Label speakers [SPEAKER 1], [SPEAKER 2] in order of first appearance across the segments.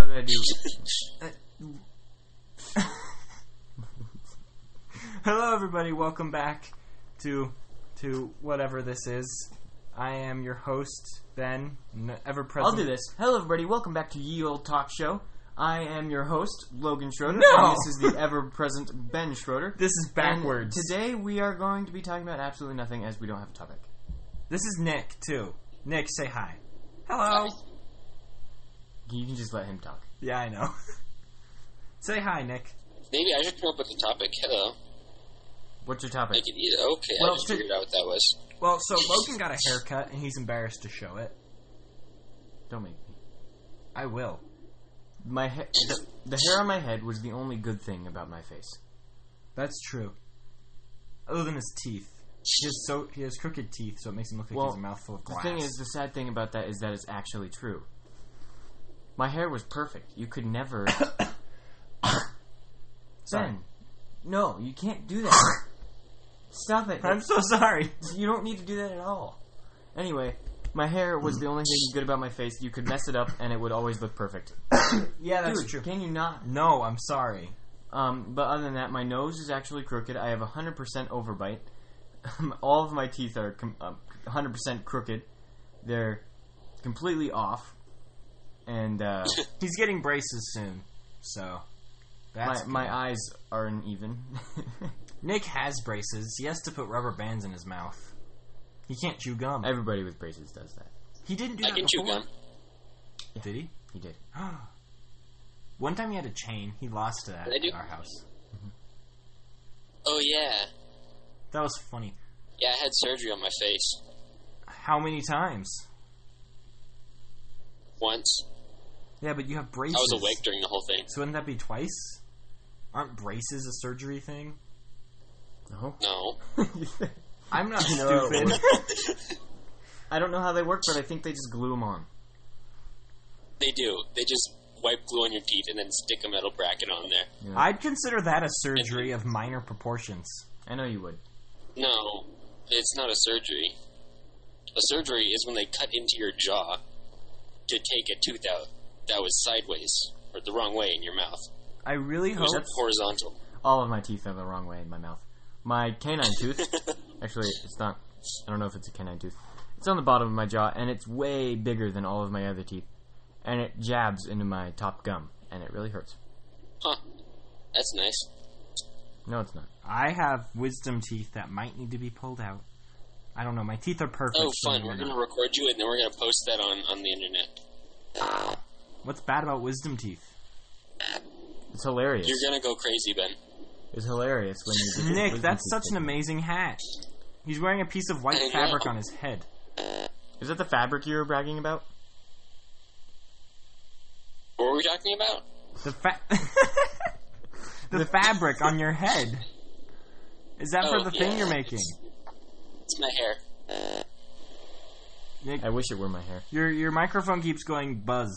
[SPEAKER 1] gonna do. Uh, Hello, everybody. Welcome back to to whatever this is. I am your host, Ben, n- ever
[SPEAKER 2] I'll
[SPEAKER 1] present.
[SPEAKER 2] do this. Hello, everybody. Welcome back to Ye Old Talk Show. I am your host, Logan Schroeder.
[SPEAKER 1] No!
[SPEAKER 2] And this is the ever-present Ben Schroeder.
[SPEAKER 1] This is
[SPEAKER 2] And
[SPEAKER 1] backwards.
[SPEAKER 2] today we are going to be talking about absolutely nothing as we don't have a topic.
[SPEAKER 1] This is Nick too. Nick, say hi. Hello.
[SPEAKER 2] You can just let him talk.
[SPEAKER 1] Yeah, I know. say hi, Nick.
[SPEAKER 3] Maybe I should come up with a topic. Hello.
[SPEAKER 2] What's your
[SPEAKER 3] I
[SPEAKER 2] topic?
[SPEAKER 3] can eat it. Okay,
[SPEAKER 1] Well,
[SPEAKER 3] I just
[SPEAKER 1] to-
[SPEAKER 3] figured out what that was.
[SPEAKER 1] Well, so Logan got a haircut and he's embarrassed to show it.
[SPEAKER 2] Don't make me.
[SPEAKER 1] I will.
[SPEAKER 2] My he- the, the hair on my head was the only good thing about my face.
[SPEAKER 1] That's true. Other than his teeth, he has so he has crooked teeth, so it makes him look like
[SPEAKER 2] Well,
[SPEAKER 1] he's a mouthful of
[SPEAKER 2] The
[SPEAKER 1] glass.
[SPEAKER 2] thing is, the sad thing about that is that it's actually true. My hair was perfect. You could never.
[SPEAKER 1] Sorry.
[SPEAKER 2] ben, no, you can't do that. Stop it.
[SPEAKER 1] I'm so sorry.
[SPEAKER 2] You don't need to do that at all. Anyway, my hair was the only thing good about my face. You could mess it up, and it would always look perfect.
[SPEAKER 1] Yeah,
[SPEAKER 2] Dude, can you not?
[SPEAKER 1] No, I'm sorry.
[SPEAKER 2] Um, but other than that, my nose is actually crooked. I have 100% overbite. all of my teeth are com- uh, 100% crooked. They're completely off. And uh,
[SPEAKER 1] He's getting braces soon, so
[SPEAKER 2] my,
[SPEAKER 1] that's
[SPEAKER 2] my eyes aren't even.
[SPEAKER 1] Nick has braces. He has to put rubber bands in his mouth. He can't chew gum.
[SPEAKER 2] Everybody with braces does that.
[SPEAKER 1] He didn't do
[SPEAKER 3] I
[SPEAKER 1] that
[SPEAKER 3] can chew
[SPEAKER 1] before.
[SPEAKER 3] gum.
[SPEAKER 1] Did he?
[SPEAKER 2] He did.
[SPEAKER 1] One time he had a chain. He lost to that
[SPEAKER 3] Did I do-
[SPEAKER 1] at our house.
[SPEAKER 3] Oh yeah,
[SPEAKER 1] That was funny.
[SPEAKER 3] yeah. I had surgery on my face
[SPEAKER 1] How many times?
[SPEAKER 3] once.
[SPEAKER 1] Yeah, but you have braces.
[SPEAKER 3] I was awake during the whole thing.
[SPEAKER 1] So wouldn't that be twice? Aren't braces a surgery thing?
[SPEAKER 2] No.
[SPEAKER 3] No.
[SPEAKER 1] I'm not
[SPEAKER 2] know how it
[SPEAKER 1] stupid.
[SPEAKER 2] I don't know how they work, but I think they just glue them on.
[SPEAKER 3] They do. They just wipe glue on your teeth and then stick a metal bracket on there.
[SPEAKER 2] you know?
[SPEAKER 1] I'd consider that a surgery of minor proportions.
[SPEAKER 2] I know you would.
[SPEAKER 3] No, it's not a surgery. A surgery is when they cut into your jaw to take a tooth out that was sideways or the wrong way in your mouth.
[SPEAKER 1] I really
[SPEAKER 3] It was
[SPEAKER 1] hope.
[SPEAKER 3] horizontal.
[SPEAKER 2] all of my teeth are the wrong way in my mouth. My canine tooth, actually, it's not. I don't know if it's a canine tooth. It's on the bottom of my jaw, and it's way bigger than all of my other teeth, and it jabs into my top gum, and it really hurts.
[SPEAKER 3] Huh. That's nice.
[SPEAKER 2] No, it's not.
[SPEAKER 1] I have wisdom teeth that might need to be pulled out. I don't know. My teeth are perfect.
[SPEAKER 3] Oh,
[SPEAKER 1] so
[SPEAKER 3] fun.
[SPEAKER 1] maybe
[SPEAKER 3] We're
[SPEAKER 1] not.
[SPEAKER 3] going to record you and then we're going to post that on, on the internet.
[SPEAKER 1] What's bad about wisdom teeth?
[SPEAKER 2] It's hilarious.
[SPEAKER 3] You're going to go crazy, Ben.
[SPEAKER 2] It's hilarious when you. get
[SPEAKER 1] Nick,
[SPEAKER 2] wisdom
[SPEAKER 1] that's
[SPEAKER 2] teeth
[SPEAKER 1] such an
[SPEAKER 2] taken.
[SPEAKER 1] amazing hat. He's wearing a piece of white
[SPEAKER 3] I know.
[SPEAKER 1] fabric on his head.
[SPEAKER 2] Is that the fabric you were bragging about?
[SPEAKER 3] What were we talking about?
[SPEAKER 1] The fa- the fabric on your head. Is that
[SPEAKER 3] Oh,
[SPEAKER 1] for the thing
[SPEAKER 3] yeah.
[SPEAKER 1] you're making?
[SPEAKER 3] It's my hair.
[SPEAKER 1] Nick,
[SPEAKER 2] I wish it were my hair.
[SPEAKER 1] your your microphone keeps going buzz.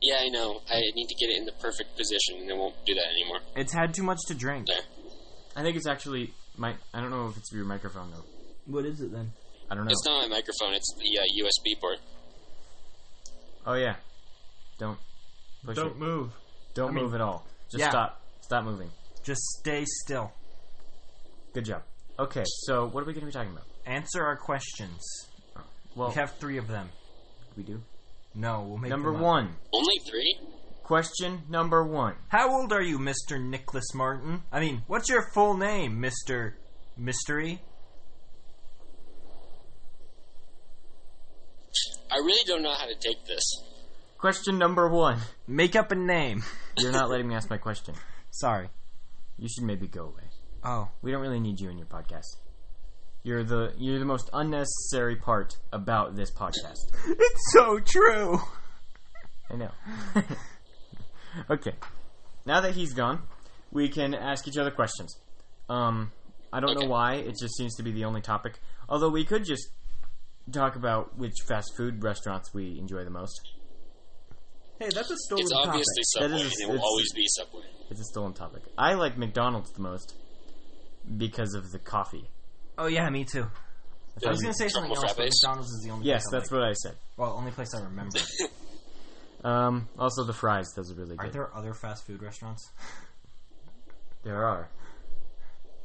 [SPEAKER 3] Yeah, I know. I need to get it in the perfect position and it won't do that anymore.
[SPEAKER 1] It's had too much to drink.
[SPEAKER 3] There.
[SPEAKER 2] I think it's actually my. I don't know if it's your microphone though.
[SPEAKER 1] What is it then?
[SPEAKER 2] I don't know.
[SPEAKER 3] It's not my microphone, it's the uh, USB port.
[SPEAKER 2] oh yeah, don't. Push it.
[SPEAKER 1] move.
[SPEAKER 2] Don't
[SPEAKER 1] I mean-
[SPEAKER 2] move at all. Just
[SPEAKER 1] Yeah.
[SPEAKER 2] stop. Stop moving.
[SPEAKER 1] Just stay still.
[SPEAKER 2] Good job. Okay, so what are we going to be talking about? Oh,
[SPEAKER 1] Answer our questions.
[SPEAKER 2] Well,
[SPEAKER 1] We have three of them.
[SPEAKER 2] we do.
[SPEAKER 1] No, we'll make
[SPEAKER 2] Number
[SPEAKER 1] them up.
[SPEAKER 2] one.
[SPEAKER 3] Only three?
[SPEAKER 2] Question number one.
[SPEAKER 1] How old are you, Mister Nicholas Martin? I mean, what's your full name, Mister Mystery?
[SPEAKER 3] I really don't know how to take this.
[SPEAKER 2] Question number one.
[SPEAKER 1] Make up a name.
[SPEAKER 2] You're not letting me ask my question.
[SPEAKER 1] Sorry.
[SPEAKER 2] You should maybe go away.
[SPEAKER 1] Oh,
[SPEAKER 2] We don't really need you in your podcast. You're the you're the most unnecessary part about this podcast.
[SPEAKER 1] it's so true.
[SPEAKER 2] I know. okay. Now that he's gone, we can ask each other questions. Um, I don't know
[SPEAKER 3] Okay.
[SPEAKER 2] why. It just seems to be the only topic. Although we could just talk about which fast food restaurants we enjoy the most.
[SPEAKER 1] Hey, that's a stolen
[SPEAKER 3] It's obviously
[SPEAKER 2] That
[SPEAKER 3] Subway,
[SPEAKER 2] is-
[SPEAKER 3] and it will
[SPEAKER 2] it's-
[SPEAKER 3] always be Subway.
[SPEAKER 2] It's a stolen topic. I like McDonald's the most because of the coffee.
[SPEAKER 1] Oh yeah, me too. I was gonna say something
[SPEAKER 3] Truffle
[SPEAKER 1] else, but
[SPEAKER 3] frappes?
[SPEAKER 1] McDonald's is the only.
[SPEAKER 2] Yes,
[SPEAKER 1] place I
[SPEAKER 2] that's
[SPEAKER 1] like.
[SPEAKER 2] what I said.
[SPEAKER 1] Well, only place I remember.
[SPEAKER 2] Um, also, the fries does it really good.
[SPEAKER 1] Aren't
[SPEAKER 2] There-,
[SPEAKER 1] there other fast food restaurants?
[SPEAKER 2] are.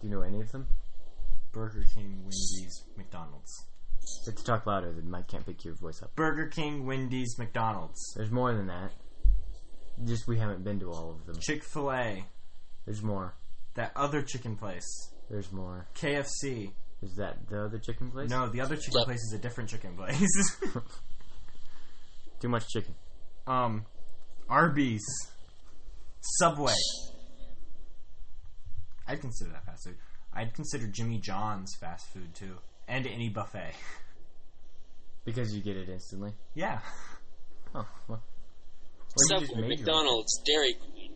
[SPEAKER 2] Do you know any of them?
[SPEAKER 1] Burger King, Wendy's, McDonald's.
[SPEAKER 2] You have to talk louder. The mic can't pick your voice up.
[SPEAKER 1] Burger King, Wendy's, McDonald's.
[SPEAKER 2] There's more than that. Just we haven't been to all of them.
[SPEAKER 1] Chick fil A,
[SPEAKER 2] There's more.
[SPEAKER 1] that other chicken place.
[SPEAKER 2] There's more.
[SPEAKER 1] KFC.
[SPEAKER 2] Is that the other chicken place?
[SPEAKER 1] No, the other chicken
[SPEAKER 3] Yep.
[SPEAKER 1] place is a different chicken place.
[SPEAKER 2] Too much chicken.
[SPEAKER 1] um, Arby's, Subway. I'd consider that fast food. I'd consider Jimmy John's fast food too, and any buffet.
[SPEAKER 2] Because you get it instantly.
[SPEAKER 1] Yeah,
[SPEAKER 2] Oh, well. Well, you just
[SPEAKER 3] Subway,
[SPEAKER 2] made your-
[SPEAKER 3] McDonald's, Dairy Queen,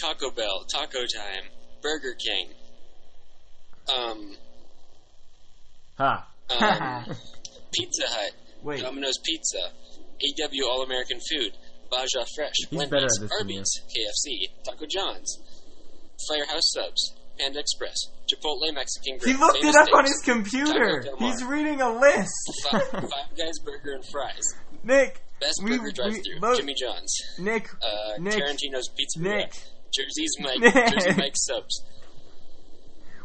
[SPEAKER 3] Taco Bell, Taco Time, Burger King. Um,
[SPEAKER 2] Ha!
[SPEAKER 3] um, Pizza Hut,
[SPEAKER 1] wait,
[SPEAKER 3] Domino's Pizza, AW All American Food, Baja Fresh,
[SPEAKER 2] He's better
[SPEAKER 3] Wendy's,
[SPEAKER 2] at this than you.
[SPEAKER 3] Arby's, KFC, Taco John's, Firehouse Subs, Panda Express, Chipotle Mexican Grill.
[SPEAKER 1] he looked it
[SPEAKER 3] Famous
[SPEAKER 1] up on
[SPEAKER 3] Dave's,
[SPEAKER 1] his computer.
[SPEAKER 3] Taco Del Mar.
[SPEAKER 1] He's reading a list.
[SPEAKER 3] Five, Five Guys Burger and Fries,
[SPEAKER 1] Nick,
[SPEAKER 3] Best
[SPEAKER 1] We-
[SPEAKER 3] Burger
[SPEAKER 1] we-
[SPEAKER 3] Drive Through,
[SPEAKER 1] look-
[SPEAKER 3] Jimmy John's,
[SPEAKER 1] Nick,
[SPEAKER 3] uh,
[SPEAKER 1] Nick,
[SPEAKER 3] Tarantino's Pizza,
[SPEAKER 1] Nick,
[SPEAKER 3] Jersey's Mike,
[SPEAKER 1] Nick.
[SPEAKER 3] Jersey Mike Subs.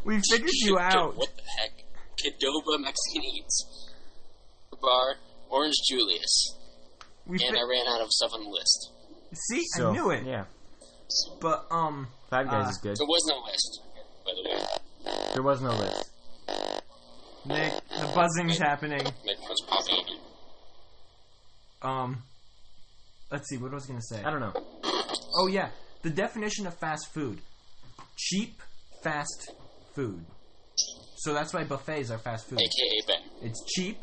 [SPEAKER 1] we figured you
[SPEAKER 3] Shit,
[SPEAKER 1] out.
[SPEAKER 3] What the heck? Cadoba Mexican Eats. Bar, Orange Julius.
[SPEAKER 1] We
[SPEAKER 3] And I
[SPEAKER 1] fi-
[SPEAKER 3] ran out of stuff on the list.
[SPEAKER 1] see,
[SPEAKER 2] So,
[SPEAKER 1] I knew it.
[SPEAKER 2] Yeah.
[SPEAKER 1] But um,
[SPEAKER 2] Five Guys
[SPEAKER 1] Uh,
[SPEAKER 2] is good.
[SPEAKER 3] There was no list, by the way.
[SPEAKER 2] There was no list.
[SPEAKER 1] Nick, the buzzing's happening.
[SPEAKER 3] My phone's popping.
[SPEAKER 1] Um, let's see, what was I gonna say?
[SPEAKER 2] I don't know.
[SPEAKER 1] Oh yeah, the definition of fast food: cheap, fast food. So that's why buffets are fast food.
[SPEAKER 3] AKA Ben.
[SPEAKER 1] It's cheap,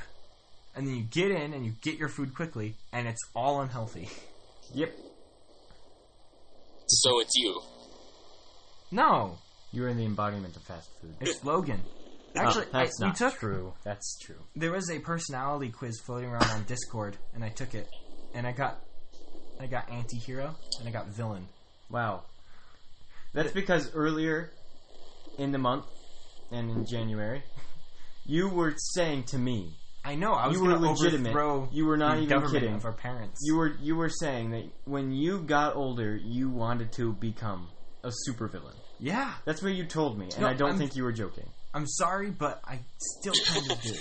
[SPEAKER 1] and then you get in and you get your food quickly, and it's all unhealthy.
[SPEAKER 2] Yep.
[SPEAKER 3] So it's you.
[SPEAKER 1] No,
[SPEAKER 2] You are the embodiment of fast food.
[SPEAKER 1] it's Logan. Actually,
[SPEAKER 2] Oh,
[SPEAKER 1] I-
[SPEAKER 2] that's
[SPEAKER 1] we
[SPEAKER 2] not
[SPEAKER 1] took
[SPEAKER 2] true. That's true.
[SPEAKER 1] there was a personality quiz floating around on Discord, and I took it, and I got, I got anti-hero, and I got villain.
[SPEAKER 2] Wow. That's because earlier in the month and in January, you were saying to me,
[SPEAKER 1] I know I was
[SPEAKER 2] You were
[SPEAKER 1] gonna
[SPEAKER 2] legitimate.
[SPEAKER 1] overthrow
[SPEAKER 2] You were not
[SPEAKER 1] the
[SPEAKER 2] even
[SPEAKER 1] government
[SPEAKER 2] kidding.
[SPEAKER 1] of our parents.
[SPEAKER 2] you were you were saying that when you got older, you wanted to become a supervillain.
[SPEAKER 1] yeah.
[SPEAKER 2] That's what you told me, and
[SPEAKER 1] No,
[SPEAKER 2] I don't
[SPEAKER 1] I'm-
[SPEAKER 2] think you were joking.
[SPEAKER 1] I'm sorry, but I still kind of do.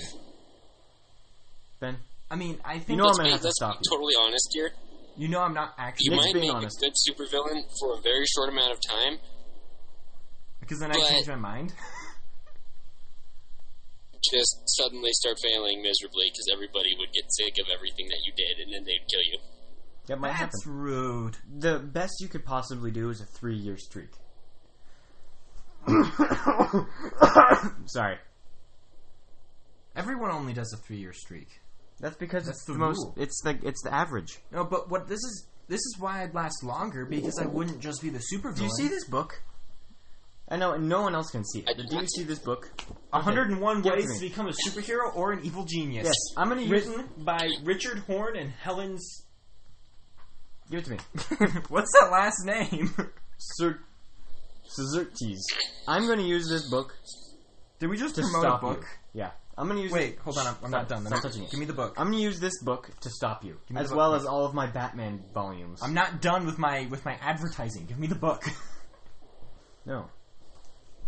[SPEAKER 2] Ben,
[SPEAKER 1] I mean, I think
[SPEAKER 2] you know I'm
[SPEAKER 3] Let's
[SPEAKER 2] gonna
[SPEAKER 3] be,
[SPEAKER 2] have to
[SPEAKER 3] let's
[SPEAKER 2] stop
[SPEAKER 3] be
[SPEAKER 2] you.
[SPEAKER 3] totally honest here.
[SPEAKER 1] you know I'm not
[SPEAKER 3] You
[SPEAKER 1] actually
[SPEAKER 2] Nick's
[SPEAKER 3] might
[SPEAKER 2] being
[SPEAKER 3] make
[SPEAKER 2] honest.
[SPEAKER 3] a good supervillain for a very short amount of time.
[SPEAKER 1] because then I
[SPEAKER 3] but-
[SPEAKER 1] change my mind.
[SPEAKER 3] Just suddenly start failing miserably because everybody would get sick of everything that you did, and then they'd kill you.
[SPEAKER 2] That might happen.
[SPEAKER 1] That's rude.
[SPEAKER 2] The best you could possibly do is a three-year streak. Sorry.
[SPEAKER 1] Everyone only does a three-year streak.
[SPEAKER 2] That's because
[SPEAKER 1] That's
[SPEAKER 2] it's
[SPEAKER 1] the
[SPEAKER 2] the most.
[SPEAKER 1] rule.
[SPEAKER 2] It's the it's the average.
[SPEAKER 1] No, but what this is this is why I'd last longer because I wouldn't just be the supervillain.
[SPEAKER 2] Do you see this book? I know, and no one else can see it.
[SPEAKER 3] I
[SPEAKER 2] But
[SPEAKER 3] did
[SPEAKER 2] do you
[SPEAKER 3] not
[SPEAKER 2] see this book?
[SPEAKER 1] 101
[SPEAKER 2] Give it
[SPEAKER 1] ways
[SPEAKER 2] to
[SPEAKER 1] to
[SPEAKER 2] me.
[SPEAKER 1] become a superhero or an evil genius.
[SPEAKER 2] Yes, I'm gonna use.
[SPEAKER 1] Written by Richard Horn and Helen's.
[SPEAKER 2] Give it to me.
[SPEAKER 1] What's that last name?
[SPEAKER 2] Cer- Certes. I'm gonna use this book
[SPEAKER 1] Did we just
[SPEAKER 2] to
[SPEAKER 1] promote
[SPEAKER 2] stop
[SPEAKER 1] a book?
[SPEAKER 2] you. Yeah, I'm gonna use.
[SPEAKER 1] Wait, hold on. I'm, I'm not
[SPEAKER 2] Stop-
[SPEAKER 1] done. I'm
[SPEAKER 2] stop
[SPEAKER 1] not
[SPEAKER 2] touching it.
[SPEAKER 1] Give me the book.
[SPEAKER 2] I'm gonna use this book to stop you,
[SPEAKER 1] me
[SPEAKER 2] as
[SPEAKER 1] the book,
[SPEAKER 2] well
[SPEAKER 1] please.
[SPEAKER 2] as all of my Batman volumes.
[SPEAKER 1] I'm not done with my with my advertising. Give me the book.
[SPEAKER 2] no.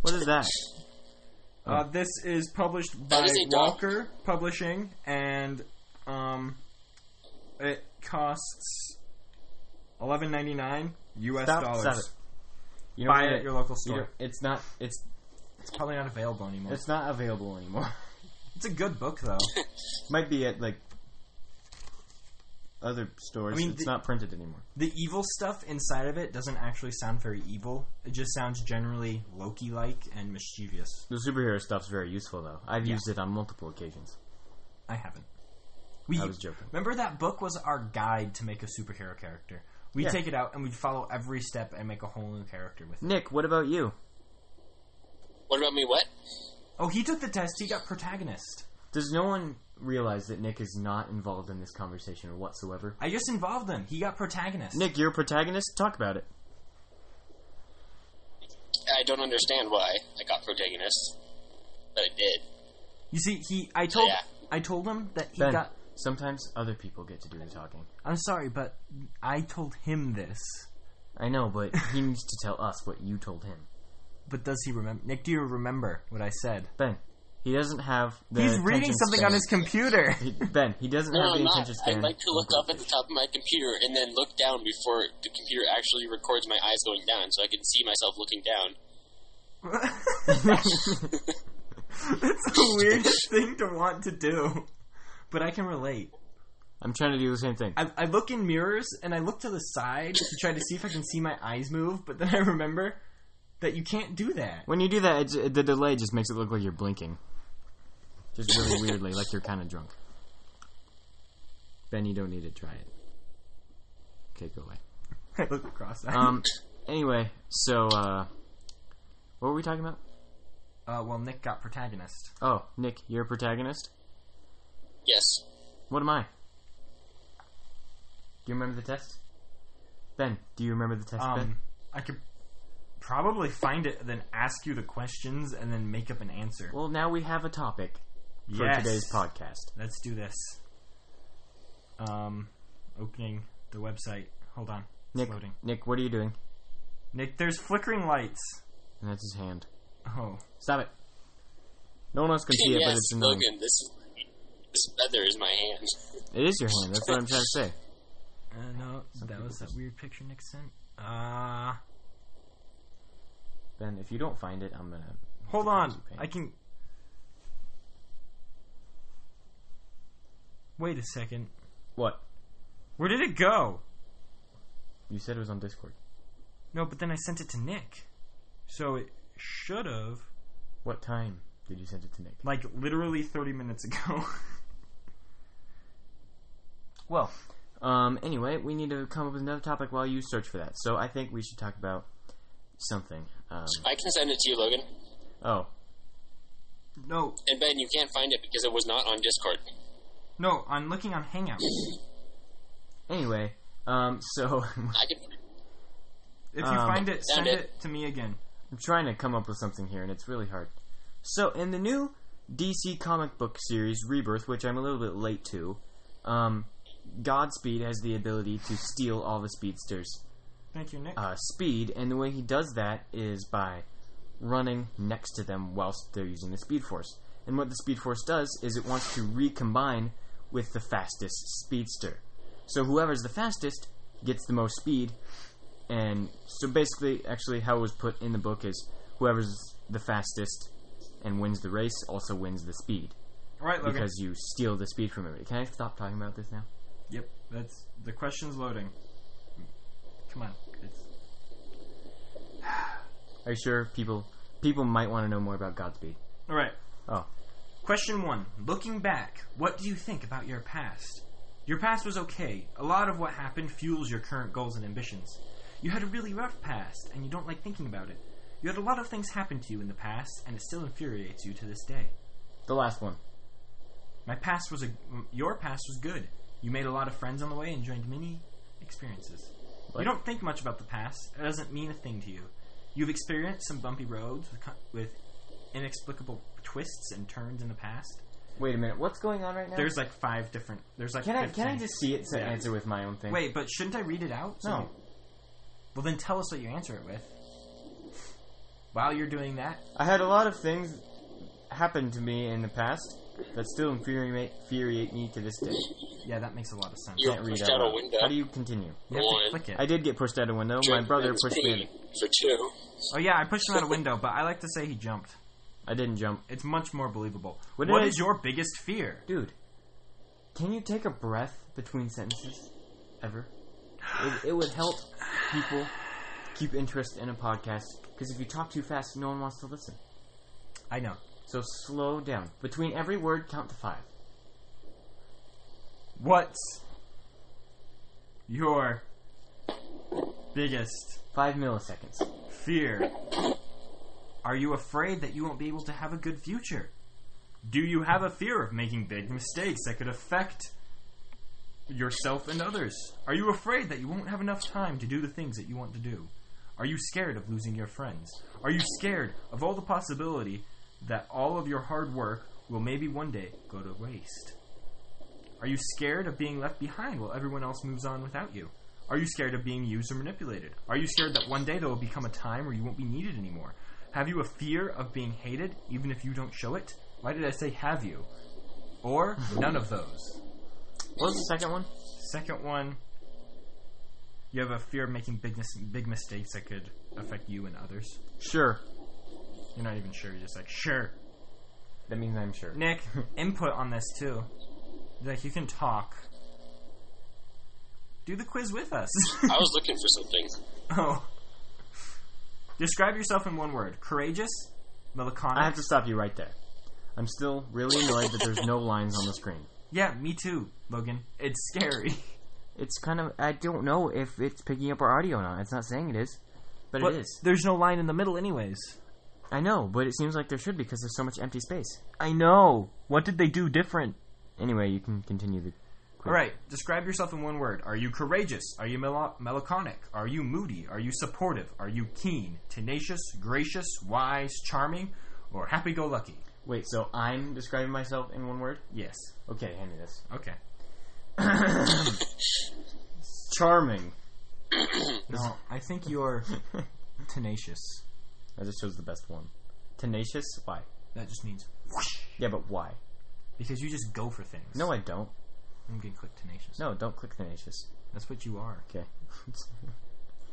[SPEAKER 2] What is that?
[SPEAKER 1] Uh,
[SPEAKER 2] Oh.
[SPEAKER 1] this is published
[SPEAKER 3] That
[SPEAKER 1] by
[SPEAKER 3] is a dog.
[SPEAKER 1] Walker Publishing, and um, it costs eleven ninety nine U.S.
[SPEAKER 2] Stop,
[SPEAKER 1] dollars.
[SPEAKER 2] stop it. You don't
[SPEAKER 1] Buy
[SPEAKER 2] need
[SPEAKER 1] it at your local
[SPEAKER 2] You
[SPEAKER 1] store.
[SPEAKER 2] don't- It's not. It's
[SPEAKER 1] It's probably not available anymore. It's,
[SPEAKER 2] it's not available anymore.
[SPEAKER 1] a good book, though.
[SPEAKER 2] Might be at like other stores.
[SPEAKER 1] I mean,
[SPEAKER 2] it's
[SPEAKER 1] the-
[SPEAKER 2] not printed anymore.
[SPEAKER 1] the evil stuff inside of it doesn't actually sound very evil. It just sounds generally Loki-like and mischievous.
[SPEAKER 2] The superhero stuff's very useful, though. I've used it on multiple occasions.
[SPEAKER 1] I haven't. We
[SPEAKER 2] I was joking.
[SPEAKER 1] remember that book was our guide to make a superhero character. We
[SPEAKER 2] Yeah.
[SPEAKER 1] would take it out and we'd follow every step and make a whole new character with it.
[SPEAKER 2] Nick, what about you?
[SPEAKER 3] What about me? What?
[SPEAKER 1] Oh, he took the test. He got protagonist.
[SPEAKER 2] Does no one realize that Nick is not involved in this conversation whatsoever?
[SPEAKER 1] I just involved him. He got protagonist.
[SPEAKER 2] Nick, you're a protagonist. Talk about it.
[SPEAKER 3] I don't understand why I got protagonist, but I did.
[SPEAKER 1] You see, he I told
[SPEAKER 3] Yeah.
[SPEAKER 1] I told him that he
[SPEAKER 2] Ben,
[SPEAKER 1] got
[SPEAKER 2] Sometimes other people get to do the talking.
[SPEAKER 1] I'm sorry, but I told him this.
[SPEAKER 2] I know, but he needs to tell us what you told him.
[SPEAKER 1] But does he remember? Nick, do you remember what I said?
[SPEAKER 2] Ben, he doesn't have the.
[SPEAKER 1] He's reading
[SPEAKER 2] attention
[SPEAKER 1] something on
[SPEAKER 2] span.
[SPEAKER 1] his computer.
[SPEAKER 2] He- Ben, he doesn't
[SPEAKER 3] No,
[SPEAKER 2] have the
[SPEAKER 3] I'm not.
[SPEAKER 2] attention
[SPEAKER 3] I
[SPEAKER 2] span.
[SPEAKER 3] like to look up at the top of my computer and then look down before the computer actually records my eyes going down, so I can see myself looking down.
[SPEAKER 1] That's the weirdest thing to want to do. But I can relate.
[SPEAKER 2] I'm trying to do the same thing.
[SPEAKER 1] I, I look in mirrors and I look to the side to try to see if I can see my eyes move, but then I remember that you can't do that.
[SPEAKER 2] When you do that, it's, the delay just makes it look like you're blinking. Just really weirdly, like you're kind of drunk. Ben, you don't need to try it. Okay, go away.
[SPEAKER 1] I look across.
[SPEAKER 2] Um, anyway, so, uh, what were we talking about?
[SPEAKER 1] uh, well, Nick got protagonist.
[SPEAKER 2] Oh, Nick, you're a protagonist?
[SPEAKER 3] Yes.
[SPEAKER 2] What am I? Do you remember the test? Ben, do you remember the test, Ben?
[SPEAKER 1] Um, I could probably find it, then ask you the questions, and then make up an answer.
[SPEAKER 2] Well, now we have a topic for
[SPEAKER 1] Yes.
[SPEAKER 2] today's podcast.
[SPEAKER 1] Let's do this. Um, opening the website. Hold on. It's
[SPEAKER 2] Nick,
[SPEAKER 1] loading.
[SPEAKER 2] Nick, what are you doing?
[SPEAKER 1] Nick, there's flickering lights.
[SPEAKER 2] And that's his hand.
[SPEAKER 1] Oh,
[SPEAKER 2] Stop it. No one else can see it, but
[SPEAKER 3] yes,
[SPEAKER 2] it's annoying.
[SPEAKER 3] Logan, this is this feather is my hand.
[SPEAKER 2] It is your hand. That's what I'm trying to say.
[SPEAKER 1] uh, no, that was that weird picture Nick sent. Uh,
[SPEAKER 2] Ben, if you don't find it, I'm gonna.
[SPEAKER 1] hold on. I can. Wait a second.
[SPEAKER 2] What?
[SPEAKER 1] Where did it go?
[SPEAKER 2] You said it was on Discord.
[SPEAKER 1] No, but then I sent it to Nick. So it should have.
[SPEAKER 2] What time did you send it to Nick?
[SPEAKER 1] Like, literally 30 minutes ago.
[SPEAKER 2] Well, um, anyway, we need to come up with another topic while you search for that. So I think we should talk about something. Um,
[SPEAKER 3] I can send it to you, Logan.
[SPEAKER 2] oh,
[SPEAKER 1] no,
[SPEAKER 3] And Ben, you can't find it because it was not on Discord.
[SPEAKER 1] no, I'm looking on Hangout.
[SPEAKER 2] anyway, um, so
[SPEAKER 3] I can.
[SPEAKER 1] If you
[SPEAKER 2] Um,
[SPEAKER 1] find it, send
[SPEAKER 3] found
[SPEAKER 1] it.
[SPEAKER 3] it.
[SPEAKER 1] to me again.
[SPEAKER 2] I'm trying to come up with something here, and it's really hard. So, in the new DC comic book series Rebirth, which I'm a little bit late to, um, Godspeed has the ability to steal all the speedsters'
[SPEAKER 1] Thank you, Nick.
[SPEAKER 2] uh, speed, and the way he does that is by running next to them whilst they're using the Speed Force. And what the Speed Force does is it wants to recombine with the fastest speedster. So whoever's the fastest gets the most speed, and so basically, actually, how it was put in the book is whoever's the fastest and wins the race also wins the speed
[SPEAKER 1] All right, Logan.
[SPEAKER 2] because you steal the speed from everybody. Can I stop talking about this now?
[SPEAKER 1] Yep, that's the question's loading. Come on, it's
[SPEAKER 2] Are you sure people people might want to know more about Godspeed?
[SPEAKER 1] all right.
[SPEAKER 2] Oh,
[SPEAKER 1] Question one: Looking back, what do you think about your past? Your past was okay. A lot of what happened fuels your current goals and ambitions. You had a really rough past, and you don't like thinking about it. You had a lot of things happen to you in the past, and it still infuriates you to this day.
[SPEAKER 2] the last one.
[SPEAKER 1] My past was a your past was good. You made a lot of friends on the way and joined many experiences.
[SPEAKER 2] What?
[SPEAKER 1] You don't think much about the past. It doesn't mean a thing to you. You've experienced some bumpy roads with, co- with inexplicable twists and turns in the past.
[SPEAKER 2] Wait a minute. What's going on right now?
[SPEAKER 1] There's like five different. There's like.
[SPEAKER 2] can I
[SPEAKER 1] 15.
[SPEAKER 2] can I just see it to
[SPEAKER 1] Yeah.
[SPEAKER 2] answer with my own thing?
[SPEAKER 1] wait? But shouldn't I read it out? So-
[SPEAKER 2] No.
[SPEAKER 1] Well, then tell us what you answer it with. While you're doing that,
[SPEAKER 2] I had a lot of things happen to me in the past that still infuriate infuriate me to this day.
[SPEAKER 1] yeah, that makes a lot of sense.
[SPEAKER 3] You
[SPEAKER 2] Can't read
[SPEAKER 3] pushed
[SPEAKER 2] out
[SPEAKER 3] out a
[SPEAKER 2] loud.
[SPEAKER 3] window.
[SPEAKER 2] How do you continue?
[SPEAKER 1] You have to
[SPEAKER 3] One.
[SPEAKER 1] click it.
[SPEAKER 2] I did get pushed out a window. My brother pushed me.
[SPEAKER 3] for two.
[SPEAKER 1] oh yeah, I pushed him out a window, but I like to say he jumped.
[SPEAKER 2] I didn't jump,
[SPEAKER 1] It's much more believable.
[SPEAKER 2] What
[SPEAKER 1] what
[SPEAKER 2] did I-
[SPEAKER 1] is your biggest fear?
[SPEAKER 2] dude. Can you take a breath between sentences, ever? It, it would help people keep interest in a podcast because if you talk too fast, no one wants to listen.
[SPEAKER 1] I know.
[SPEAKER 2] So slow down. Between every word, count to five.
[SPEAKER 1] What's your biggest
[SPEAKER 2] Five milliseconds.
[SPEAKER 1] fear? Are you afraid that you won't be able to have a good future? Do you have a fear of making big mistakes that could affect yourself and others? Are you afraid that you won't have enough time to do the things that you want to do? Are you scared of losing your friends? Are you scared of all the possibility that all of your hard work will maybe one day go to waste? Are you scared of being left behind while everyone else moves on without you? Are you scared of being used or manipulated? Are you scared that one day there will become a time where you won't be needed anymore? Have you a fear of being hated even if you don't show it? Why did I say have you? Or none of those.
[SPEAKER 2] What was the second one?
[SPEAKER 1] Second one, you have a fear of making big, mis- big mistakes that could affect you and others.
[SPEAKER 2] Sure.
[SPEAKER 1] You're not even sure, you're just like, sure.
[SPEAKER 2] That means I'm sure.
[SPEAKER 1] Nick, input on this too. Like, you can talk. Do the quiz with us.
[SPEAKER 3] I was looking for something.
[SPEAKER 1] oh. Describe yourself in one word courageous, melancholic.
[SPEAKER 2] I have to stop you right there. I'm still really annoyed that there's no lines on the screen.
[SPEAKER 1] Yeah, me too, Logan. It's scary.
[SPEAKER 2] It's kind of I don't know if it's picking up our audio or not. It's not saying it is, but,
[SPEAKER 1] But
[SPEAKER 2] it is.
[SPEAKER 1] there's no line in the middle, anyways.
[SPEAKER 2] I know, but it seems like there should because there's so much empty space. I know. What did they do different? Anyway, you can continue the.
[SPEAKER 1] All right, describe yourself in one word. Are you courageous? Are you mel- melancholic? Are you moody? Are you supportive? Are you keen, tenacious, gracious, wise, charming, or happy go lucky?
[SPEAKER 2] Wait, so I'm describing myself in one word?
[SPEAKER 1] Yes.
[SPEAKER 2] Okay, hand me this.
[SPEAKER 1] Okay.
[SPEAKER 2] Charming.
[SPEAKER 1] No, I think you're tenacious.
[SPEAKER 2] I just chose the best one. Tenacious? Why?
[SPEAKER 1] That just means whoosh,
[SPEAKER 2] Yeah, but why?
[SPEAKER 1] because you just go for things.
[SPEAKER 2] No, I don't.
[SPEAKER 1] I'm gonna click tenacious.
[SPEAKER 2] No, don't click tenacious.
[SPEAKER 1] that's what you are.
[SPEAKER 2] Okay.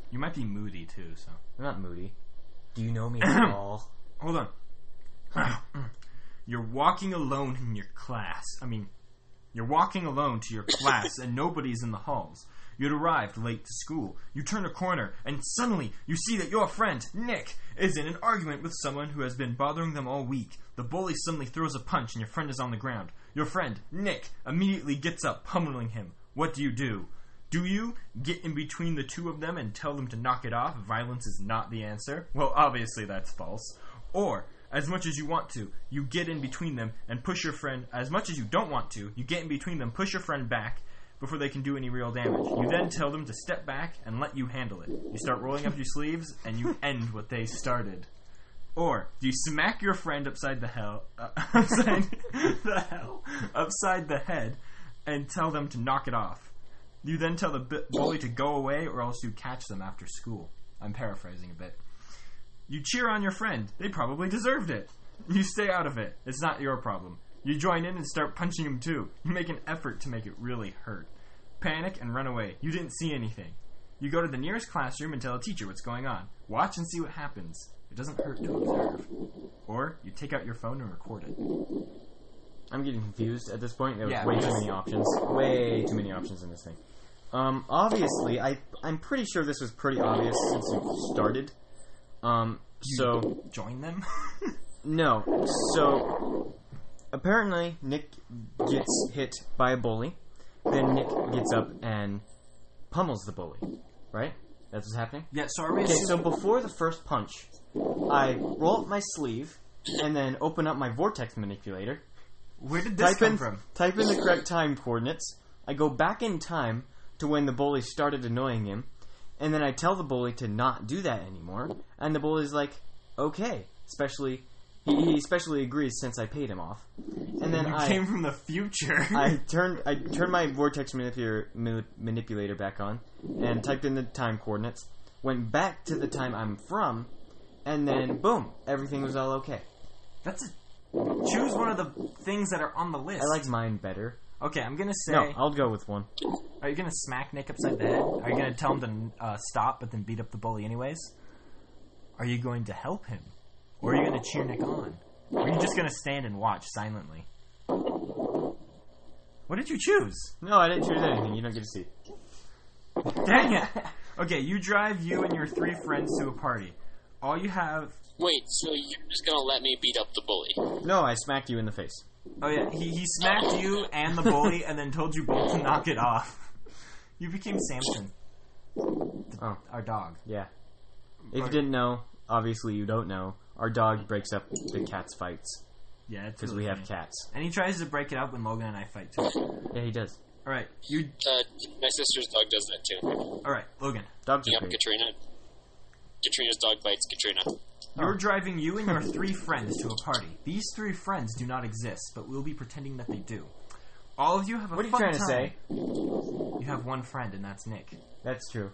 [SPEAKER 1] You might be moody too. So
[SPEAKER 2] I'm not moody. Do you know me at all?
[SPEAKER 1] hold on. you're walking alone in your class. I mean, you're walking alone to your class, and nobody's in the halls. You'd arrived late to school. You turn a corner, and suddenly you see that your friend, Nick, is in an argument with someone who has been bothering them all week. The bully suddenly throws a punch, and your friend is on the ground. Your friend, Nick, immediately gets up, pummeling him. What do you do? Do you get in between the two of them and tell them to knock it off? Violence is not the answer. Well, obviously that's false. Or, as much as you want to, you get in between them and push your friend. As much as you don't want to, you get in between them, push your friend back before they can do any real damage. You then tell them to step back and let you handle it. You start rolling up your sleeves and you end what they started. Or do you smack your friend upside the hell, uh, upside the hell, upside the head, and tell them to knock it off? You then tell the bu- bully to go away, or else you catch them after school. I'm paraphrasing a bit. You cheer on your friend. They probably deserved it. You stay out of it. It's not your problem. You join in and start punching him too. You make an effort to make it really hurt. Panic and run away. You didn't see anything. You go to the nearest classroom and tell a teacher what's going on. Watch and see what happens. It doesn't hurt to observe. Or you take out your phone and record it.
[SPEAKER 2] I'm getting confused at this point. There was
[SPEAKER 1] Yeah,
[SPEAKER 2] way too
[SPEAKER 1] because-
[SPEAKER 2] many options. Way too many options in this thing. Um, obviously, I I'm pretty sure this was pretty obvious since it started. Um, so
[SPEAKER 1] Join them?
[SPEAKER 2] No. So apparently Nick gets hit by a bully. Then Nick gets up and pummels the bully. Right? That's what's happening.
[SPEAKER 1] yeah, so are we
[SPEAKER 2] Okay, so before the first punch, I roll up my sleeve and then open up my vortex manipulator.
[SPEAKER 1] Where did this
[SPEAKER 2] Type
[SPEAKER 1] come
[SPEAKER 2] in
[SPEAKER 1] from?
[SPEAKER 2] type in the correct time coordinates. I go back in time to when the bully started annoying him, and then I tell the bully to not do that anymore. And the bully's like, "Okay," especially he, he especially agrees since I paid him off. And then
[SPEAKER 1] You
[SPEAKER 2] I
[SPEAKER 1] came from the future.
[SPEAKER 2] I turned I turned my vortex manipulator mani- manipulator back on and typed in the time coordinates. Went back to the time I'm from, and then boom, everything was all okay.
[SPEAKER 1] That's a. Choose one of the things that are on the list.
[SPEAKER 2] I like mine better.
[SPEAKER 1] Okay, I'm gonna say.
[SPEAKER 2] No, I'll go with one.
[SPEAKER 1] Are you gonna smack Nick upside the head? Are you gonna tell him to uh, stop, but then beat up the bully anyways? Are you going to help him, or are you gonna cheer Nick on? Or are you just gonna stand and watch silently? What did you choose?
[SPEAKER 2] No, I didn't choose anything. You don't get to see.
[SPEAKER 1] Dang it! Okay, you drive you and your three friends to a party. All you have.
[SPEAKER 3] Wait, so you're just gonna let me beat up the bully?
[SPEAKER 2] No, I smacked you in the face.
[SPEAKER 1] Oh yeah, he, he smacked you and the bully, and then told you both to knock it off. You became Samson,
[SPEAKER 2] Oh,
[SPEAKER 1] our dog.
[SPEAKER 2] yeah. If you didn't know, obviously you don't know. Our dog breaks up the cats' fights
[SPEAKER 1] Yeah,
[SPEAKER 2] because we
[SPEAKER 1] Mm-hmm.
[SPEAKER 2] have cats.
[SPEAKER 1] And he tries to break it up when Logan and I fight too. All
[SPEAKER 2] Yeah, he does.
[SPEAKER 1] right, you.
[SPEAKER 3] Uh, my sister's dog does that too.
[SPEAKER 1] All right, Logan.
[SPEAKER 2] Dogs are
[SPEAKER 3] Yeah,
[SPEAKER 2] great.
[SPEAKER 3] Katrina. Katrina's dog bites Katrina.
[SPEAKER 1] You're
[SPEAKER 2] Oh.
[SPEAKER 1] driving you and your three friends to a party. These three friends do not exist, but we'll be pretending that they do. All of you have a
[SPEAKER 2] What are you
[SPEAKER 1] fun
[SPEAKER 2] trying to
[SPEAKER 1] time.
[SPEAKER 2] say?
[SPEAKER 1] You have one friend, and that's Nick.
[SPEAKER 2] That's true.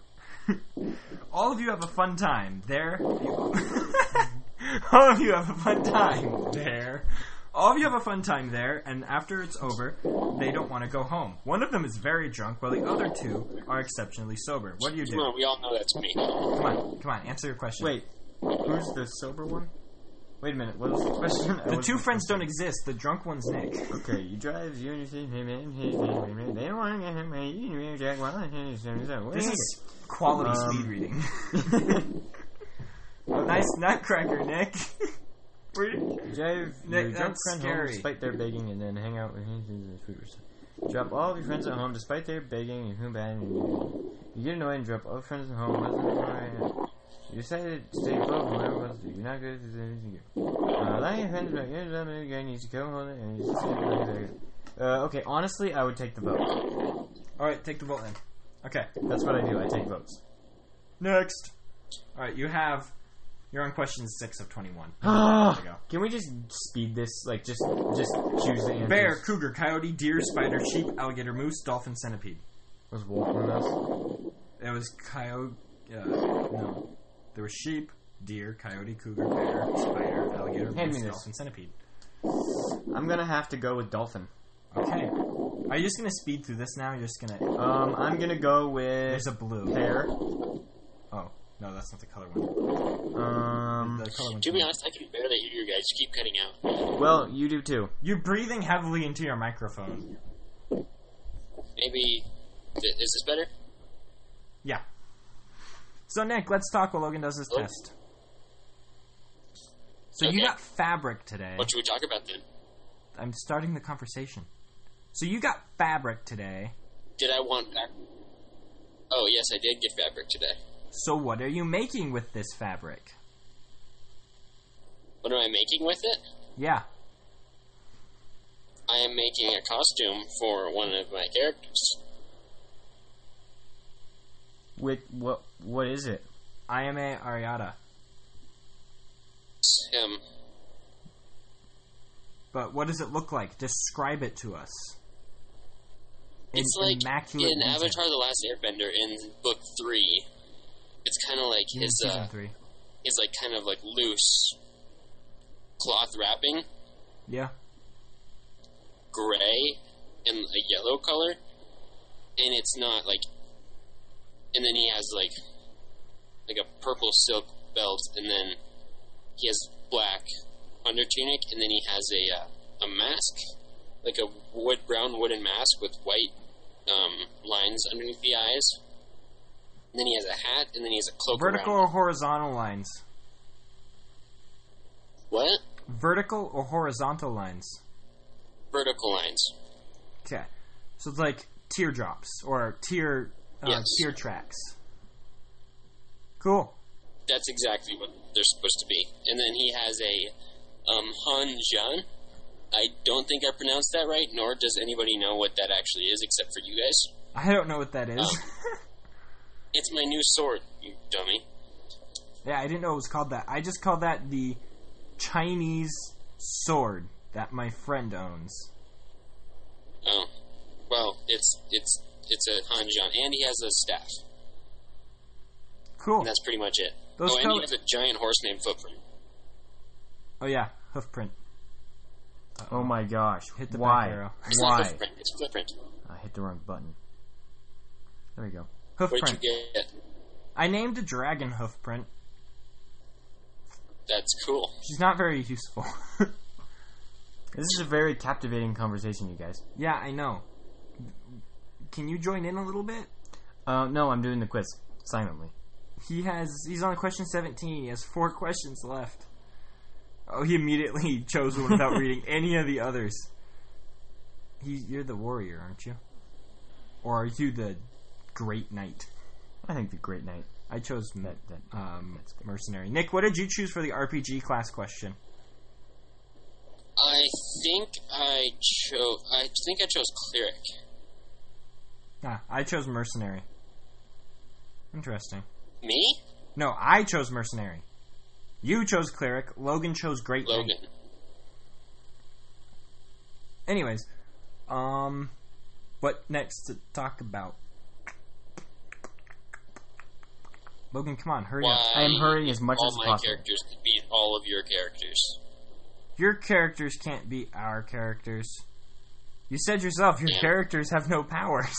[SPEAKER 1] All of you have a fun time there. All of you have a fun time there. All of you have a fun time there, and after it's over, they don't want to go home. One of them is very drunk, while the other two are exceptionally sober. What do you
[SPEAKER 3] Come
[SPEAKER 1] do?
[SPEAKER 3] on, we all know that's me.
[SPEAKER 1] Come on, come on, answer your question.
[SPEAKER 2] Wait, who's the sober one? Wait a minute. What was the question? I
[SPEAKER 1] the
[SPEAKER 2] was-
[SPEAKER 1] two friends don't exist. The drunk one's Nick.
[SPEAKER 2] Okay, you drive. You understand him and his name. They want to get him. You know Jack. Why?
[SPEAKER 1] This is quality
[SPEAKER 2] Um,
[SPEAKER 1] speed reading. nice nutcracker, Nick. We're-
[SPEAKER 2] Drive your
[SPEAKER 1] Nick,
[SPEAKER 2] drunk
[SPEAKER 1] that's
[SPEAKER 2] friend
[SPEAKER 1] scary.
[SPEAKER 2] home despite their begging, and then hang out with him and food or something. Drop all of your friends at home despite their begging and who bad and you. You get annoyed and drop all friends at home. Wasn't it right? You decided to stay put whatever else to do. You're not good at this anything you do. Uh, lying your friends about your dumb again, you should go home and you should stay put. Uh, okay, honestly, I would take the vote.
[SPEAKER 1] All right, take the vote then. Okay,
[SPEAKER 2] That's what I do. I take votes.
[SPEAKER 1] next. All right, you have. You're on question six of twenty-one. we go.
[SPEAKER 2] Can we just speed this? Like, just just choose the answers.
[SPEAKER 1] Bear, cougar, coyote, deer, spider, sheep, alligator, moose, dolphin, centipede.
[SPEAKER 2] was wolf one of those.
[SPEAKER 1] It was coyote. Uh, no, there was sheep, deer, coyote, cougar, bear, spider, alligator,
[SPEAKER 2] Hand
[SPEAKER 1] moose,
[SPEAKER 2] me this.
[SPEAKER 1] dolphin, centipede.
[SPEAKER 2] I'm gonna have to go with dolphin.
[SPEAKER 1] Okay. Are you just gonna speed through this now? You're just gonna.
[SPEAKER 2] Um, I'm gonna go with
[SPEAKER 1] There's a blue.
[SPEAKER 2] pear.
[SPEAKER 1] Oh no, that's not the color one.
[SPEAKER 2] Um,
[SPEAKER 1] The color one's
[SPEAKER 3] To be
[SPEAKER 1] blue.
[SPEAKER 3] honest, I can barely hear you guys. You keep cutting out.
[SPEAKER 2] well, you do too.
[SPEAKER 1] You're breathing heavily into your microphone.
[SPEAKER 3] Maybe th- is this better?
[SPEAKER 1] Yeah. So Nick, let's talk while Logan does his
[SPEAKER 3] Oh.
[SPEAKER 1] test. So you
[SPEAKER 3] Okay.
[SPEAKER 1] got fabric today.
[SPEAKER 3] What should we talk about then?
[SPEAKER 1] I'm starting the conversation. So you got fabric today.
[SPEAKER 3] Did I want? Oh yes, I did get fabric today.
[SPEAKER 1] So what are you making with this fabric?
[SPEAKER 3] What am I making with it?
[SPEAKER 1] Yeah.
[SPEAKER 3] I am making a costume for one of my characters.
[SPEAKER 2] With what? What is it?
[SPEAKER 1] I am a Ariata.
[SPEAKER 3] It's him.
[SPEAKER 1] But what does it look like? Describe it to us. In
[SPEAKER 3] It's like
[SPEAKER 1] immaculate
[SPEAKER 3] in
[SPEAKER 1] detail.
[SPEAKER 3] Avatar: The Last Airbender in Book Three. It's kind of like
[SPEAKER 1] In
[SPEAKER 3] his
[SPEAKER 1] season
[SPEAKER 3] uh,
[SPEAKER 1] three.
[SPEAKER 3] his like kind of like loose cloth wrapping,
[SPEAKER 1] Yeah.
[SPEAKER 3] gray and a yellow color, and it's not like. And then he has like like a purple silk belt, and then he has black under tunic, and then he has a uh, a mask, like a wood brown wooden mask with white um, lines underneath the eyes. And then he has a hat, and then he has a cloak.
[SPEAKER 1] Vertical
[SPEAKER 3] Around.
[SPEAKER 1] or horizontal lines?
[SPEAKER 3] What?
[SPEAKER 1] Vertical or horizontal lines?
[SPEAKER 3] Vertical lines.
[SPEAKER 1] Okay. So it's like teardrops or tear uh,
[SPEAKER 3] Yes.
[SPEAKER 1] tear tracks. Cool.
[SPEAKER 3] That's exactly what they're supposed to be. And then he has a um, Han Jian. I don't think I pronounced that right, nor does anybody know what that actually is except for you guys.
[SPEAKER 1] I don't know what that is.
[SPEAKER 3] Oh. It's my new sword, you dummy.
[SPEAKER 1] yeah, I didn't know it was called that. I just call that the Chinese sword that my friend owns.
[SPEAKER 3] Oh, well, it's it's it's a Han Jian, and he has a staff.
[SPEAKER 1] Cool.
[SPEAKER 3] And that's pretty much it.
[SPEAKER 1] Those
[SPEAKER 3] oh, and he
[SPEAKER 1] colors-
[SPEAKER 3] has a giant horse named Footprint.
[SPEAKER 1] Oh yeah, hoofprint.
[SPEAKER 2] Oh my gosh!
[SPEAKER 1] Hit the
[SPEAKER 2] Why?
[SPEAKER 1] back arrow.
[SPEAKER 3] It's not
[SPEAKER 2] Why?
[SPEAKER 3] Footprint. It's Footprint.
[SPEAKER 2] I hit the wrong button. There we go.
[SPEAKER 3] What
[SPEAKER 1] Hoofprint.
[SPEAKER 3] did you get?
[SPEAKER 1] I named a dragon hoofprint.
[SPEAKER 3] That's cool.
[SPEAKER 1] She's not very useful.
[SPEAKER 2] This is a very captivating conversation, you guys.
[SPEAKER 1] yeah, I know. Can you join in a little bit?
[SPEAKER 2] Uh, no, I'm doing the quiz silently.
[SPEAKER 1] He has. He's on question seventeen. He has four questions left. Oh, he immediately chose one without reading any of the others. He, you're the warrior, aren't you? Or are you the great knight?
[SPEAKER 2] I think the great night.
[SPEAKER 1] I chose m-
[SPEAKER 2] That- that-
[SPEAKER 1] um,
[SPEAKER 2] that's good.
[SPEAKER 1] mercenary. Nick, what did you choose for the RPG class question?
[SPEAKER 3] I think I chose. I think I chose cleric.
[SPEAKER 1] Ah, I chose mercenary. Interesting.
[SPEAKER 3] Me?
[SPEAKER 1] No, I chose mercenary. You chose cleric. Logan chose great knight.
[SPEAKER 3] Logan.
[SPEAKER 1] Anyways, Um, what next to talk about? Logan, come on, hurry up.
[SPEAKER 3] Why
[SPEAKER 2] I am hurrying as much
[SPEAKER 3] all
[SPEAKER 2] as
[SPEAKER 3] Oh my
[SPEAKER 2] possible.
[SPEAKER 3] characters could beat all of your characters.
[SPEAKER 1] Your characters can't be our characters. You said yourself, your
[SPEAKER 3] Yeah.
[SPEAKER 1] characters have no powers.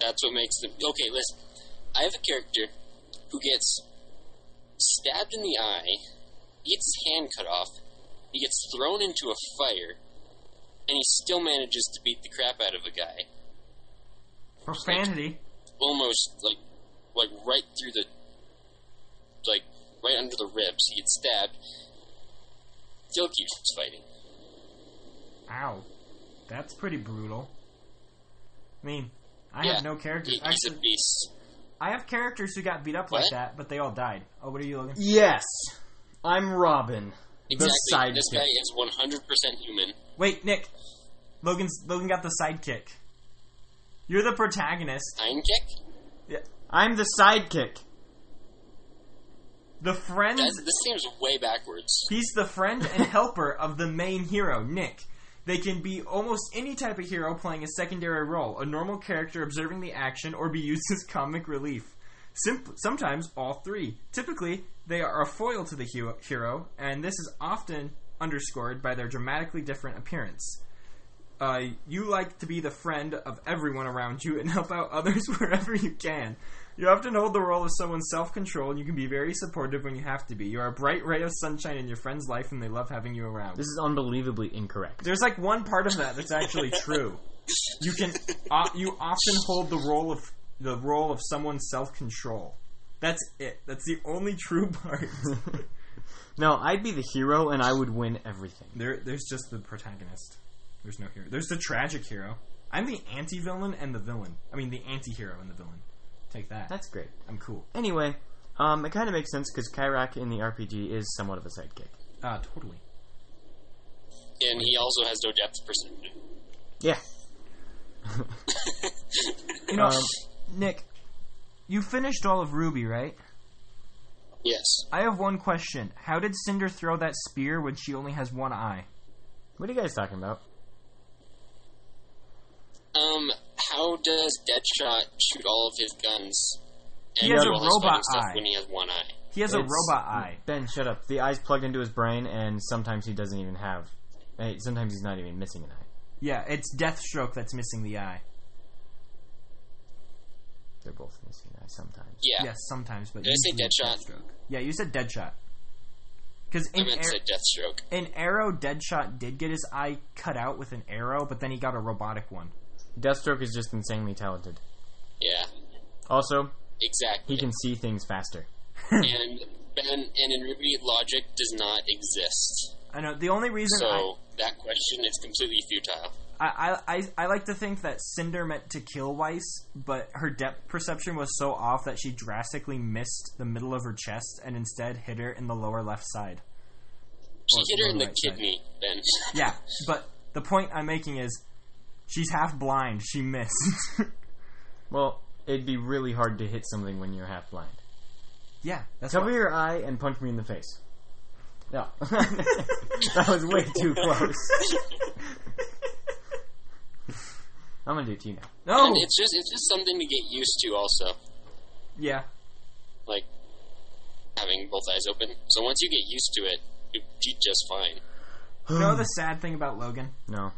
[SPEAKER 3] That's what makes them. Okay, listen. I have a character who gets stabbed in the eye, he gets his hand cut off, he gets thrown into a fire, and he still manages to beat the crap out of a guy.
[SPEAKER 1] Profanity.
[SPEAKER 3] Almost like, like right through the, like right under the ribs. He gets stabbed. Still keeps fighting.
[SPEAKER 1] Ow. That's pretty brutal. I mean, I
[SPEAKER 3] Yeah.
[SPEAKER 1] have no characters.
[SPEAKER 3] He- he's a
[SPEAKER 1] Actually,
[SPEAKER 3] beast.
[SPEAKER 1] I have characters who got beat up like
[SPEAKER 3] What?
[SPEAKER 1] that, but they all died. Oh, what are you looking?
[SPEAKER 2] Yes, I'm Robin.
[SPEAKER 3] Exactly.
[SPEAKER 2] The
[SPEAKER 3] This guy
[SPEAKER 2] sidekick.
[SPEAKER 3] is 100% human.
[SPEAKER 1] Wait, Nick. Logan's Logan got the sidekick. You're the protagonist.
[SPEAKER 3] Heinkick?
[SPEAKER 1] Yeah.
[SPEAKER 2] I'm the sidekick.
[SPEAKER 1] The friend.
[SPEAKER 3] That's, this seems way backwards.
[SPEAKER 1] He's the friend and helper of the main hero, Nick. They can be almost any type of hero playing a secondary role, a normal character observing the action, or be used as comic relief. Simp- sometimes all three. Typically, they are a foil to the hu- hero, and this is often underscored by their dramatically different appearance. Uh, you like to be the friend of everyone around you and help out others wherever you can. You often hold the role of someone's self control, and you can be very supportive when you have to be. You are a bright ray of sunshine in your friend's life, and they love having you around.
[SPEAKER 2] This is unbelievably incorrect.
[SPEAKER 1] There's like one part of that that's actually true. You can uh, you often hold the role of the role of someone's self control. That's it. That's the only true part.
[SPEAKER 2] No, I'd be the hero and I would win everything.
[SPEAKER 1] there, there's just the protagonist. There's no hero. There's the tragic hero. I'm the anti villain and the villain. I mean the anti hero and the villain. Take that.
[SPEAKER 2] That's great.
[SPEAKER 1] I'm cool.
[SPEAKER 2] Anyway, um, it kind of makes sense because Kyrak in the RPG is somewhat of a sidekick.
[SPEAKER 1] Ah, totally.
[SPEAKER 3] And he also has no depth perception.
[SPEAKER 2] Yeah.
[SPEAKER 1] You know,
[SPEAKER 2] Um,
[SPEAKER 1] Nick, you finished all of Ruby, right?
[SPEAKER 3] Yes.
[SPEAKER 1] I have one question. How did Cinder throw that spear when she only has one eye?
[SPEAKER 2] What are you guys talking about?
[SPEAKER 3] Um, how does Deadshot shoot all of his guns? And
[SPEAKER 1] He has
[SPEAKER 3] do
[SPEAKER 1] a
[SPEAKER 3] all his
[SPEAKER 1] robot
[SPEAKER 3] fighting stuff
[SPEAKER 1] eye.
[SPEAKER 3] When he has one eye.
[SPEAKER 1] He has a
[SPEAKER 2] It's-
[SPEAKER 1] robot eye.
[SPEAKER 2] Ben, shut up. The eye's plugged into his brain, and sometimes he doesn't even have. eh, Sometimes he's not even missing an eye.
[SPEAKER 1] Yeah, it's Deathstroke that's missing the eye.
[SPEAKER 2] They're both missing an eye sometimes.
[SPEAKER 3] Yeah.
[SPEAKER 1] Yes, sometimes, but
[SPEAKER 3] Did I say
[SPEAKER 1] usually it's
[SPEAKER 3] Deadshot?
[SPEAKER 1] Deathstroke. Yeah, you said Deadshot. Because
[SPEAKER 3] I
[SPEAKER 1] in,
[SPEAKER 3] meant to
[SPEAKER 1] Ar-
[SPEAKER 3] say Deathstroke.
[SPEAKER 1] in Arrow, Deadshot did get his eye cut out with an arrow, but then he got a robotic one.
[SPEAKER 2] Deathstroke is just insanely talented.
[SPEAKER 3] Yeah.
[SPEAKER 2] Also,
[SPEAKER 3] Exactly.
[SPEAKER 2] he can see things faster.
[SPEAKER 3] and Ben and in Ruby, logic does not exist.
[SPEAKER 1] I know the only reason
[SPEAKER 3] So
[SPEAKER 1] I,
[SPEAKER 3] that question is completely futile.
[SPEAKER 1] I, I, I, I like to think that Cinder meant to kill Weiss, but her depth perception was so off that she drastically missed the middle of her chest and instead hit her in the lower left side.
[SPEAKER 3] She
[SPEAKER 1] Or
[SPEAKER 3] hit her in the
[SPEAKER 1] right side.
[SPEAKER 3] kidney, Ben.
[SPEAKER 1] Yeah, but the point I'm making is she's half blind. She missed.
[SPEAKER 2] Well, it'd be really hard to hit something when you're half blind.
[SPEAKER 1] yeah, that's
[SPEAKER 2] Cover
[SPEAKER 1] what,
[SPEAKER 2] your eye and punch me in the face. No. that was way too close. I'm gonna do it to you now.
[SPEAKER 1] no.
[SPEAKER 3] And it's just it's just something to get used to also.
[SPEAKER 1] Yeah,
[SPEAKER 3] Like having both eyes open. So once you get used to it, you do just fine.
[SPEAKER 1] you know the sad thing about Logan,
[SPEAKER 2] No.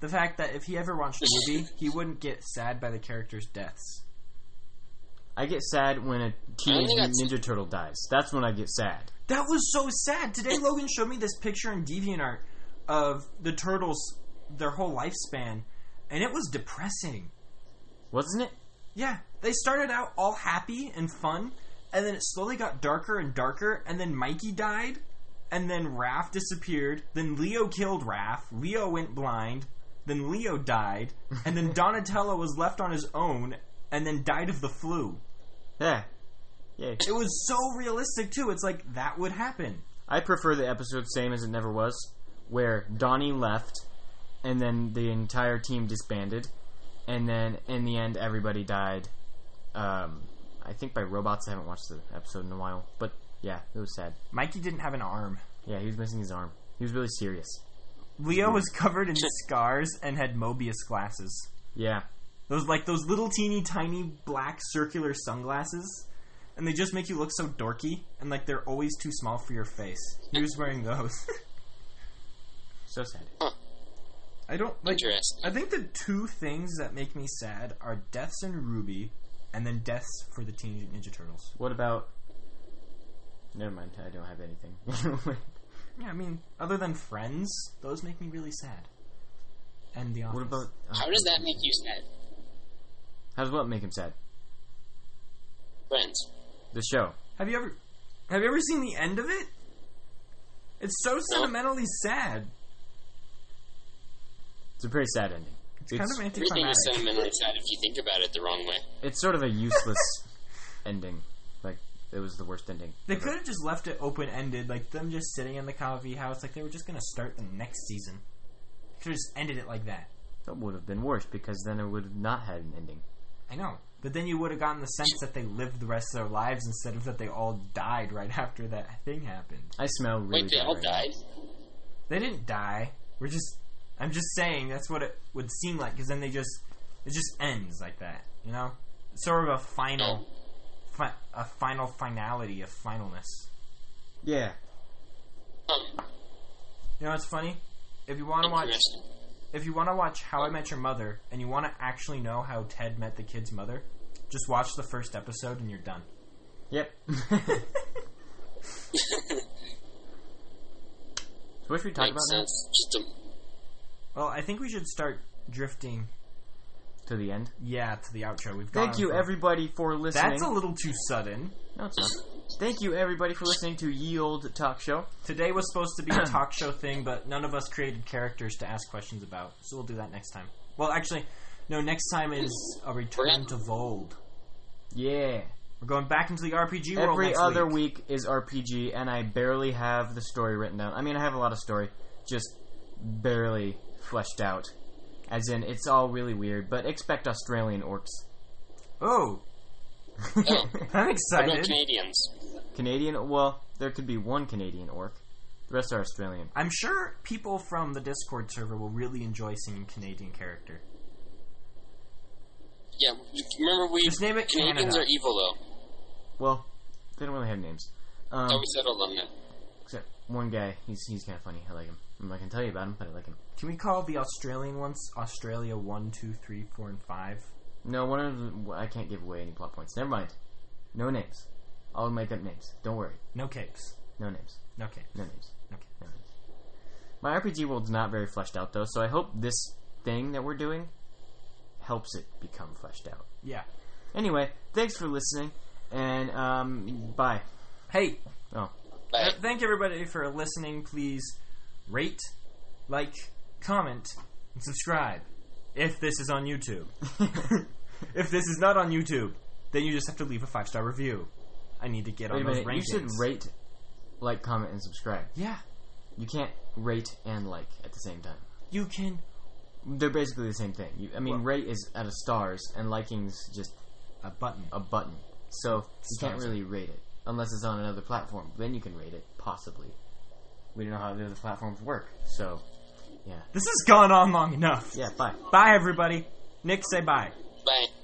[SPEAKER 1] the fact that if he ever watched a movie, he wouldn't get sad by the characters' deaths.
[SPEAKER 2] I get sad when a teenage
[SPEAKER 3] think
[SPEAKER 2] Mutant
[SPEAKER 3] that's-
[SPEAKER 2] Ninja Turtle dies. That's when I get sad.
[SPEAKER 1] That was so sad. Today, Logan showed me this picture in DeviantArt of the turtles, their whole lifespan, and it was depressing.
[SPEAKER 2] Wasn't it?
[SPEAKER 1] Yeah, they started out all happy and fun, and then it slowly got darker and darker, and then Mikey died, and then Raph disappeared, then Leo killed Raph, Leo went blind, then Leo died, and then Donatello was left on his own, and then died of the flu.
[SPEAKER 2] Yeah. Yay.
[SPEAKER 1] It was so realistic, too. It's like, that would happen.
[SPEAKER 2] I prefer the episode same as it never was, where Donnie left, and then the entire team disbanded, and then in the end everybody died. Um, I think by robots. I haven't watched the episode in a while, but yeah, it was sad.
[SPEAKER 1] Mikey didn't have an arm.
[SPEAKER 2] Yeah, he was missing his arm. He was really serious.
[SPEAKER 1] Leo was covered in scars and had Mobius glasses.
[SPEAKER 2] Yeah.
[SPEAKER 1] Those like those little teeny tiny black circular sunglasses, and they just make you look so dorky and like they're always too small for your face. He was wearing those.
[SPEAKER 2] So sad.
[SPEAKER 1] I don't like.
[SPEAKER 3] Interesting.
[SPEAKER 1] I think the two things that make me sad are deaths in Ruby, and then deaths for the Teenage Ninja Turtles.
[SPEAKER 2] What about? Never mind. I don't have anything.
[SPEAKER 1] Yeah, I mean, other than Friends, those make me really sad. And The Office.
[SPEAKER 2] what about? uh,
[SPEAKER 3] How does that make you sad?
[SPEAKER 2] How does what make him sad?
[SPEAKER 3] Friends.
[SPEAKER 2] The show.
[SPEAKER 1] Have you ever have you ever seen the end of it? It's so sentimentally sad.
[SPEAKER 2] It's a pretty sad ending.
[SPEAKER 1] It's, kind of
[SPEAKER 3] Everything is
[SPEAKER 1] anticlimactic.
[SPEAKER 3] sentimentally sad if you think about it the wrong way.
[SPEAKER 2] it's sort of a useless ending. Like it was the worst ending.
[SPEAKER 1] They
[SPEAKER 2] ever.
[SPEAKER 1] could have just left it open ended, like them just sitting in the coffee house, like they were just gonna start the next season. Could have just ended it like that.
[SPEAKER 2] That would have been worse because then it would have not had an ending.
[SPEAKER 1] I know, but then you would have gotten the sense that they lived the rest of their lives instead of that they all died right after that thing happened.
[SPEAKER 2] I smell really.
[SPEAKER 3] Wait, they
[SPEAKER 2] bad
[SPEAKER 3] all
[SPEAKER 2] right now.
[SPEAKER 3] died?
[SPEAKER 1] They didn't die. We're just, I'm just saying that's what it would seem like, because then they just, it just ends like that, you know? Sort of a final, fi- a final finality, a finalness.
[SPEAKER 2] Yeah.
[SPEAKER 3] Huh.
[SPEAKER 1] You know what's funny? If you want to watch,
[SPEAKER 3] Interesting.
[SPEAKER 1] if you want to watch How I Met Your Mother, and you want to actually know how Ted met the kid's mother, just watch the first episode and you're done.
[SPEAKER 2] Yep. So what should we talk about
[SPEAKER 3] Makes sense. Just a,
[SPEAKER 1] Well, I think we should start drifting.
[SPEAKER 2] now? To the end.
[SPEAKER 1] Yeah, to the outro. We've
[SPEAKER 2] Thank
[SPEAKER 1] gone
[SPEAKER 2] you,
[SPEAKER 1] for-
[SPEAKER 2] everybody, for listening.
[SPEAKER 1] That's a little too sudden.
[SPEAKER 2] No, it's not. Thank you, everybody, for listening to Ye Old Talk Show.
[SPEAKER 1] Today was supposed to be a talk show thing, but none of us created characters to ask questions about, so we'll do that next time. Well, actually, no. Next time is a return to Vold.
[SPEAKER 2] Yeah.
[SPEAKER 1] We're going back into the RPG world.
[SPEAKER 2] Every
[SPEAKER 1] next
[SPEAKER 2] other
[SPEAKER 1] week.
[SPEAKER 2] week. is RPG, and I barely have the story written down. I mean, I have a lot of story, just barely fleshed out. As in, it's all really weird, but expect Australian orcs.
[SPEAKER 1] Oh,
[SPEAKER 3] oh,
[SPEAKER 1] I'm
[SPEAKER 3] what about
[SPEAKER 1] excited.
[SPEAKER 3] Canadians?
[SPEAKER 2] Canadian, well, there could be one Canadian orc. The rest are Australian.
[SPEAKER 1] I'm sure people from the Discord server will really enjoy seeing Canadian character.
[SPEAKER 3] Yeah, remember we
[SPEAKER 1] Just name it
[SPEAKER 3] Canadians
[SPEAKER 1] Canada.
[SPEAKER 3] are evil though.
[SPEAKER 2] Well, they don't really have names.
[SPEAKER 3] So
[SPEAKER 2] Um,
[SPEAKER 3] we settled on that.
[SPEAKER 2] except one guy, he's, he's kind of funny. I like him. I'm not going to tell you about him, but I like him.
[SPEAKER 1] Can we call the Australian ones Australia one, two, three, four, and five?
[SPEAKER 2] No, one of them, I can't give away any plot points. Never mind. No names. I'll make up names. Don't worry.
[SPEAKER 1] No capes.
[SPEAKER 2] No names.
[SPEAKER 1] No capes.
[SPEAKER 2] No names.
[SPEAKER 1] No capes.
[SPEAKER 2] No names. My RPG world's not very fleshed out though, so I hope this thing that we're doing helps it become fleshed out.
[SPEAKER 1] Yeah.
[SPEAKER 2] Anyway, thanks for listening, and um, bye.
[SPEAKER 1] Hey,
[SPEAKER 2] Oh,
[SPEAKER 3] Bye.
[SPEAKER 1] Uh, thank everybody for listening. Please rate, like, comment, and subscribe. If this is on YouTube. if this is not on YouTube, then you just have to leave a five star review. I need to get
[SPEAKER 2] wait a
[SPEAKER 1] on
[SPEAKER 2] minute.
[SPEAKER 1] those rankings.
[SPEAKER 2] You should rate, like, comment, and subscribe.
[SPEAKER 1] Yeah,
[SPEAKER 2] You can't rate and like at the same time.
[SPEAKER 1] you can.
[SPEAKER 2] They're basically the same thing. You, I mean,
[SPEAKER 1] Well-
[SPEAKER 2] rate is out of stars, and liking's just
[SPEAKER 1] A button.
[SPEAKER 2] a button. So you can't
[SPEAKER 1] Stars.
[SPEAKER 2] really rate it unless it's on another platform. Then you can rate it, possibly. We don't know how the other platforms work, so yeah,
[SPEAKER 1] This has gone on long enough.
[SPEAKER 2] yeah. Bye.
[SPEAKER 1] Bye, everybody. Nick, say bye.
[SPEAKER 3] Bye.